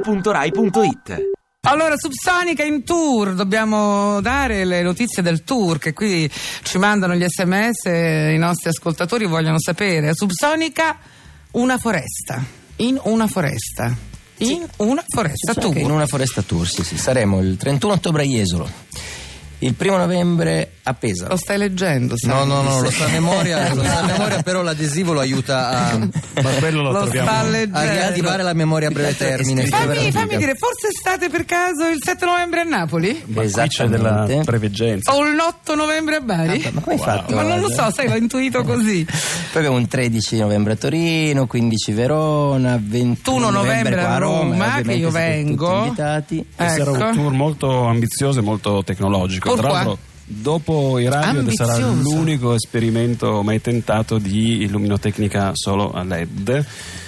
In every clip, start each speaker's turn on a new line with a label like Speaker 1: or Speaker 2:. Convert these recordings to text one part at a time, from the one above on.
Speaker 1: radio2pod.rai.it
Speaker 2: Allora, Subsonica in tour, dobbiamo dare le notizie del tour che qui ci mandano gli sms, i nostri ascoltatori vogliono sapere. Subsonica, una foresta, in una foresta, in una foresta
Speaker 3: Sì, anche
Speaker 2: tour.
Speaker 3: In una foresta tour, sì, sì. Saremo il 31 ottobre a Jesolo, il primo novembre a
Speaker 2: Lo
Speaker 3: Pesaro.
Speaker 2: stai leggendo, sai?
Speaker 4: No, no, no, lo sta a memoria, lo sta a memoria, però l'adesivo lo aiuta a,
Speaker 5: Ma quello lo,
Speaker 2: Lo
Speaker 5: troviamo.
Speaker 2: sta
Speaker 4: a riattivare
Speaker 2: leggendo.
Speaker 4: la memoria a breve termine.
Speaker 2: Fammi, fammi dire, forse state per caso il 7 novembre a Napoli?
Speaker 5: Ma qui c'è della preveggenza.
Speaker 2: O l'8 novembre a Bari?
Speaker 4: Ah,
Speaker 3: Ma come hai fatto?
Speaker 2: Ma non lo so, sai, l'ho intuito così.
Speaker 3: Poi abbiamo un 13 novembre a Torino, 15 Verona, 21
Speaker 2: 21 novembre
Speaker 3: qua
Speaker 2: a Roma, che
Speaker 3: ovviamente
Speaker 2: io
Speaker 3: siete Tutti
Speaker 2: vengo.
Speaker 3: invitati.
Speaker 5: Questo era un
Speaker 2: Ecco.
Speaker 5: tour molto ambizioso e molto tecnologico.
Speaker 2: Tour
Speaker 5: Tra
Speaker 2: qua?
Speaker 5: l'altro, dopo i radio ed sarà
Speaker 2: Ambizioso.
Speaker 5: l'unico esperimento mai tentato di illuminotecnica solo a LED.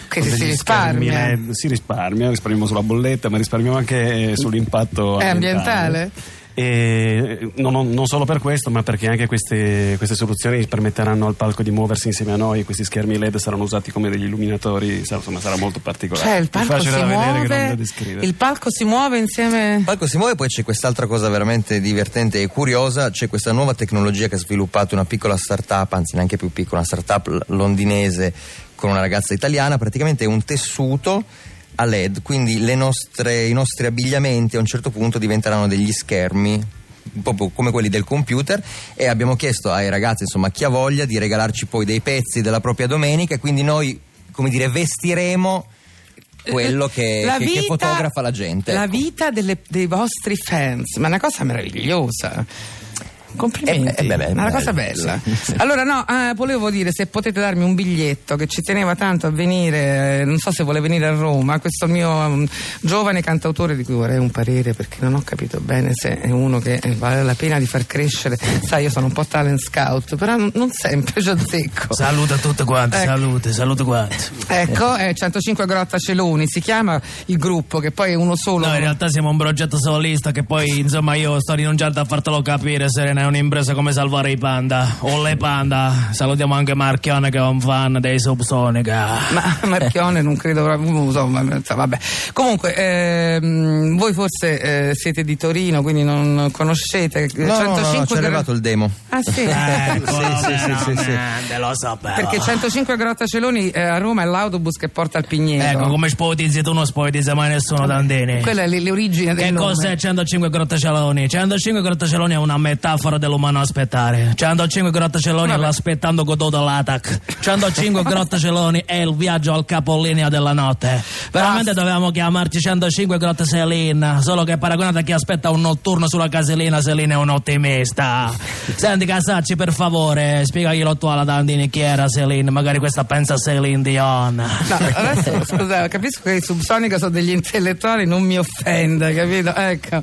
Speaker 2: Che
Speaker 5: Con
Speaker 2: si
Speaker 5: degli
Speaker 2: risparmia.
Speaker 5: schermi LED. Si risparmia, risparmiamo sulla bolletta, ma risparmiamo anche eh, sull'impatto
Speaker 2: Eh, ambientale.
Speaker 5: ambientale. E eh, non, non- non solo per questo, ma perché anche queste, queste soluzioni permetteranno al palco di muoversi insieme a noi. Questi schermi LED saranno usati come degli illuminatori, sarà- insomma, sarà molto particolare.
Speaker 2: Cioè, il
Speaker 5: Più
Speaker 2: palco si
Speaker 5: facile da vedere che non da
Speaker 2: muove.
Speaker 5: descrivere.
Speaker 2: Il palco si muove insieme.
Speaker 4: Il palco si muove, poi c'è quest'altra cosa veramente divertente e curiosa, c'è questa nuova tecnologia che ha sviluppato una piccola startup, anzi neanche più piccola, una startup l- londinese con una ragazza italiana, praticamente è un tessuto a LED, quindi le nostre- i nostri abbigliamenti a un certo punto diventeranno degli schermi proprio come quelli del computer e abbiamo chiesto ai ragazzi insomma chi ha voglia di regalarci poi dei pezzi della propria domenica e quindi noi come dire vestiremo quello che, che- che fotografa la gente
Speaker 2: Eh, La
Speaker 4: ecco.
Speaker 2: vita delle- dei vostri fans, ma è una cosa meravigliosa. Complimenti,
Speaker 4: Eh, beh, beh,
Speaker 2: ma è una
Speaker 4: bello,
Speaker 2: cosa bella. Allora, no, eh, volevo dire se potete darmi un biglietto che ci teneva tanto a venire, eh, non so se vuole venire a Roma, questo mio mm, giovane cantautore di cui vorrei un parere perché non ho capito bene se è uno che eh, vale la pena di far crescere. Sai, io sono un po' talent scout, però non, non sempre ci azzecco.
Speaker 6: Saluta tutti quanti,
Speaker 2: Ecco.
Speaker 6: salute, salute quanti.
Speaker 2: Ecco, eh, 105 Grotta Celoni si chiama il gruppo, che poi è uno solo.
Speaker 6: No, in realtà siamo un progetto solista che poi, insomma, io sto rinunciando a fartelo capire, Serena, è un'impresa come salvare i panda o le panda. Salutiamo anche Marchione che è un fan dei Subsonica.
Speaker 2: Ma Marchione non credo proprio, insomma, insomma, vabbè. Comunque, ehm, voi forse eh, siete di Torino, quindi non conoscete
Speaker 4: No, no, no,
Speaker 2: 105
Speaker 4: no, ci è
Speaker 2: Gro-
Speaker 4: arrivato il Eh. demo.
Speaker 2: Ah sì.
Speaker 6: Ecco,
Speaker 4: Sì, sì, sì, sì, sì.
Speaker 6: veramente, lo sapevo.
Speaker 2: Perché 105 Grotta Celoni eh, a Roma è l'autobus che porta al Pigneto.
Speaker 6: Ecco, come spoetizzi tu non spoetizzi mai nessuno, Dandini.
Speaker 2: Quella è l- l'origine del
Speaker 6: Che
Speaker 2: nome.
Speaker 6: cos'è 105 Grottacieloni? 105 Grottacieloni è una metafora dell'umano aspettare. 105 Grottacieloni è l'aspettando goduto l'atac. 105 Grottacieloni è il viaggio al capolinea della notte. Veramente dovevamo chiamarci 105 Grottacelina, solo che paragonato a chi aspetta un notturno sulla casellina, Selina è un ottimista. Senti Casacci, per favore, spiegaglielo tu alla Dandini chi era Selina, magari questa pensa a Celine Dion.
Speaker 2: No, adesso scusa, capisco che i subsonica sono degli intellettuali, non mi offenda, capito? Ecco.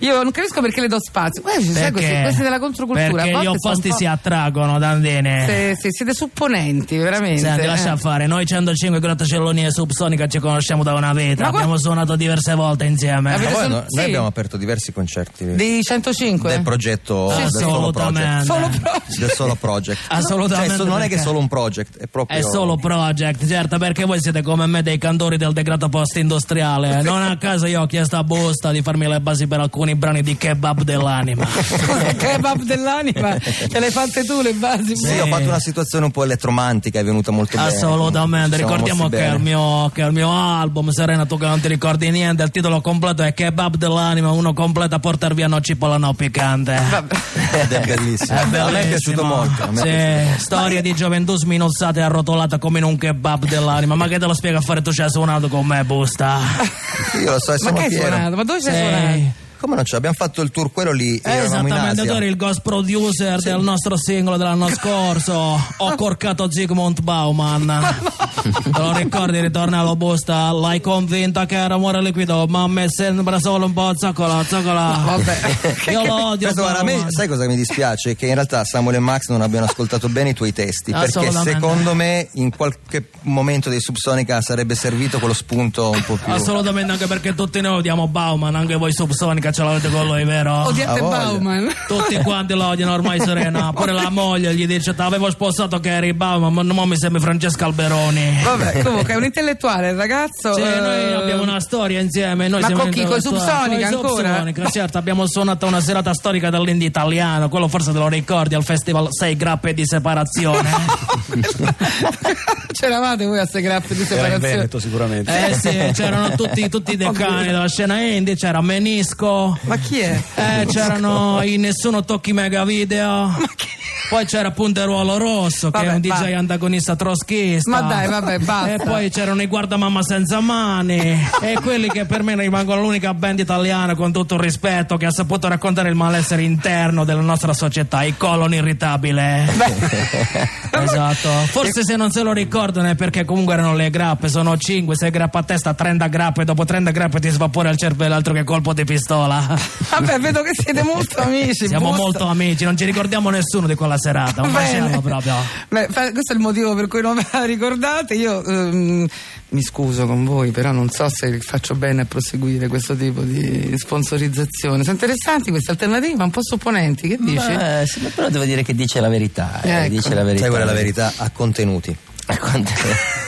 Speaker 2: Io non capisco perché le do spazio. Eh, ci sai, questi, questi della controcultura. a
Speaker 6: Perché gli
Speaker 2: volte sono
Speaker 6: opposti
Speaker 2: un po'-
Speaker 6: si attraggono, Dandini.
Speaker 2: Se- se siete supponenti, veramente.
Speaker 6: Senti, lascia
Speaker 2: eh.
Speaker 6: fare, noi 105 Grottacelloni e Subsonica ci conosciamo da una vita,
Speaker 2: Ma qua-
Speaker 6: abbiamo suonato diverse volte insieme.
Speaker 2: Avete-
Speaker 4: Ma voi
Speaker 2: sono-
Speaker 4: no-
Speaker 2: sì.
Speaker 4: Noi abbiamo aperto diversi concerti
Speaker 2: Di 105?
Speaker 4: del progetto
Speaker 6: Sì,
Speaker 4: del
Speaker 6: sì.
Speaker 4: solo project.
Speaker 6: Assolutamente.
Speaker 2: Solo pro-
Speaker 4: Del solo project.
Speaker 6: Assolutamente,
Speaker 4: Cioè, so- non è che
Speaker 6: perché-
Speaker 4: è solo un project, è proprio
Speaker 6: È solo project, certo, perché voi siete come me dei cantori del degrado post-industriale. Non a caso io ho chiesto a Busta di farmi le basi per alcuni brani di kebab dell'anima.
Speaker 2: Cos'è kebab dell'anima? Ce le hai fatte tu le basi?
Speaker 4: Sì, ho fatto una situazione un po' elettromantica, è venuta molto
Speaker 6: Ah,
Speaker 4: bene.
Speaker 6: Assolutamente,
Speaker 4: Eh, Ci siamo
Speaker 6: ricordiamo
Speaker 4: mossi
Speaker 6: che
Speaker 4: bene.
Speaker 6: il, mio, che il mio album, Serena, tu che non ti ricordi niente, il titolo completo è Kebab dell'anima, uno completo a portarvi a noccipola no piccante.
Speaker 4: Ed è bellissimo. cioè, A me è piaciuto molto. a me è
Speaker 6: Sì,
Speaker 4: piaciuto.
Speaker 6: storia di gioventù sminuzzata e arrotolata come in un kebab dell'anima. Ma che te lo spiego a fare? Tu ci hai suonato con me, busta.
Speaker 4: Io lo so, e
Speaker 2: Ma
Speaker 4: sono
Speaker 2: che hai
Speaker 4: fiero.
Speaker 2: suonato? Ma dove sei
Speaker 6: Sì.
Speaker 2: suonato?
Speaker 4: Come non ce l'abbiamo fatto il tour quello lì? eravamo in
Speaker 6: Eh, Esattamente, tu
Speaker 4: Asia.
Speaker 6: eri il ghost producer del nostro singolo dell'anno scorso. Ho corcato Zygmunt Bauman. Te lo ricordi, ritornello busta? L'hai convinta che era amore liquido, ma a me sembra solo un po' zoccola, zoccola. Io lo odio.
Speaker 4: Questo, guarda, a me-
Speaker 6: Bauman.
Speaker 4: sai cosa mi dispiace? Che in realtà Samuel e Max non abbiano ascoltato bene i tuoi testi. Perché
Speaker 6: Assolutamente.
Speaker 4: secondo me in qualche momento dei Subsonica sarebbe servito quello spunto un po' più.
Speaker 6: Ah, Assolutamente, anche perché tutti noi odiamo Bauman, anche voi Subsonica ce l'avete con lui, vero?
Speaker 2: Odiate
Speaker 4: Ah, voglia.
Speaker 2: Bauman.
Speaker 6: Tutti quanti lo odiano ormai Serena, pure la moglie gli dice ti avevo sposato che eri Bauman, ma non mi sembri Francesca Alberoni. Vabbè.
Speaker 2: Vabbè, comunque è un intellettuale il ragazzo.
Speaker 6: Cioè,
Speaker 2: eh,
Speaker 6: noi abbiamo una storia insieme. Noi
Speaker 2: Ma
Speaker 6: siamo
Speaker 2: con chi? Con i Subsonica
Speaker 6: Con i
Speaker 2: ancora?
Speaker 6: Subsonica, certo. Abbiamo suonato una serata storica dell'indie italiano. Quello forse te lo ricordi al festival 6 grappe di separazione.
Speaker 2: C'eravate voi a ste grappe di
Speaker 5: Era in
Speaker 2: separazione.
Speaker 5: Veneto sicuramente.
Speaker 6: eh sì, c'erano tutti, tutti i decani della scena indie. C'era Menisco.
Speaker 2: Ma chi è?
Speaker 6: Eh, c'erano i Nessuno Tocchi Mega Video. Poi c'era Punteruolo Rosso, che è
Speaker 2: Vabbè,
Speaker 6: un DJ
Speaker 2: va.
Speaker 6: antagonista troschista.
Speaker 2: Ma dai, vabbè, basta.
Speaker 6: E poi c'erano i Guardamamma Senza Mani. e quelli che per me rimangono l'unica band italiana, con tutto il rispetto, che ha saputo raccontare il malessere interno della nostra società, i colon irritabile. esatto. Forse se non se lo ricordano è perché comunque erano le grappe, sono 5, 6 grappe a testa, 30 grappe, dopo 30 grappe ti svapora il cervello, altro che colpo di pistola.
Speaker 2: Vabbè, vedo che siete molto amici.
Speaker 6: Siamo
Speaker 2: busta.
Speaker 6: molto amici, non ci ricordiamo nessuno di quella serata, non
Speaker 2: Bene.
Speaker 6: facciamo proprio.
Speaker 2: Beh, fa- questo è il motivo per cui non me la ricordate. Io ehm, mi scuso con voi, però non so se faccio bene a proseguire questo tipo di sponsorizzazione. Sono interessanti queste alternative, un po' supponenti, che dici?
Speaker 3: Beh, sì, ma però devo dire che dice la verità. eh,
Speaker 2: Ecco.
Speaker 3: Dice la verità.
Speaker 4: Sai qual è la verità? A contenuti.
Speaker 3: A quanto-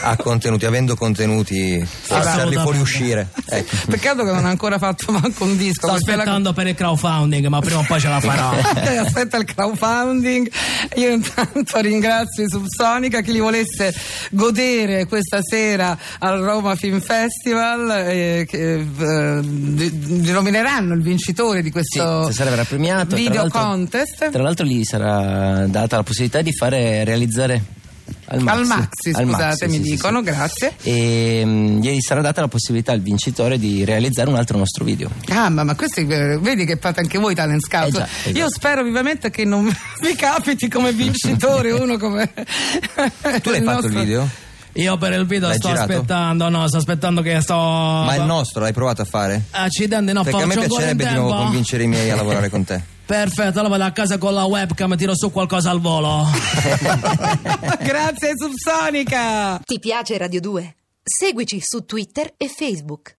Speaker 4: A contenuti, avendo contenuti, puoi lasciarli
Speaker 6: assolutamente.
Speaker 4: fuori uscire. Ecco.
Speaker 2: Peccato che non ha ancora fatto manco un disco.
Speaker 6: Sto
Speaker 2: questa è la-
Speaker 6: aspettando per il crowdfunding, ma prima o poi ce la farò.
Speaker 2: Eh, aspetta il crowdfunding io intanto ringrazio i Subsonica chi li volesse godere questa sera al Roma Film Festival eh, che eh, di- di- nomineranno il vincitore di
Speaker 3: Sì,
Speaker 2: questo
Speaker 3: stasera verrà premiato. tra
Speaker 2: video
Speaker 3: l'altro-
Speaker 2: contest
Speaker 3: Tra l'altro gli sarà data la possibilità di fare realizzare al Maxi.
Speaker 2: Al Maxi,
Speaker 3: Al Maxi,
Speaker 2: scusate, mi
Speaker 3: sì, sì,
Speaker 2: dicono,
Speaker 3: sì.
Speaker 2: grazie.
Speaker 3: E mm, gli sarà data la possibilità al vincitore di realizzare un altro nostro video.
Speaker 2: Ah, ma, ma questi eh, vedi che fate anche voi talent scout.
Speaker 3: Eh già, eh già.
Speaker 2: Io spero vivamente che non vi capiti come vincitore uno come.
Speaker 4: Tu l'hai fatto il
Speaker 2: nostro-
Speaker 4: video?
Speaker 6: Io per il video
Speaker 4: L'hai
Speaker 6: sto
Speaker 4: girato?
Speaker 6: aspettando, no, sto aspettando che sto.
Speaker 4: Ma il nostro l'hai provato a fare?
Speaker 6: Accidenti, no,
Speaker 4: Perché a me
Speaker 6: faccio ancora in
Speaker 4: piacerebbe di nuovo
Speaker 6: tempo.
Speaker 4: convincere i miei a lavorare con te.
Speaker 6: Perfetto, allora vado a casa con la webcam e tiro su qualcosa al volo.
Speaker 2: Grazie Subsonica!
Speaker 1: Ti piace Radio 2? Seguici su Twitter e Facebook.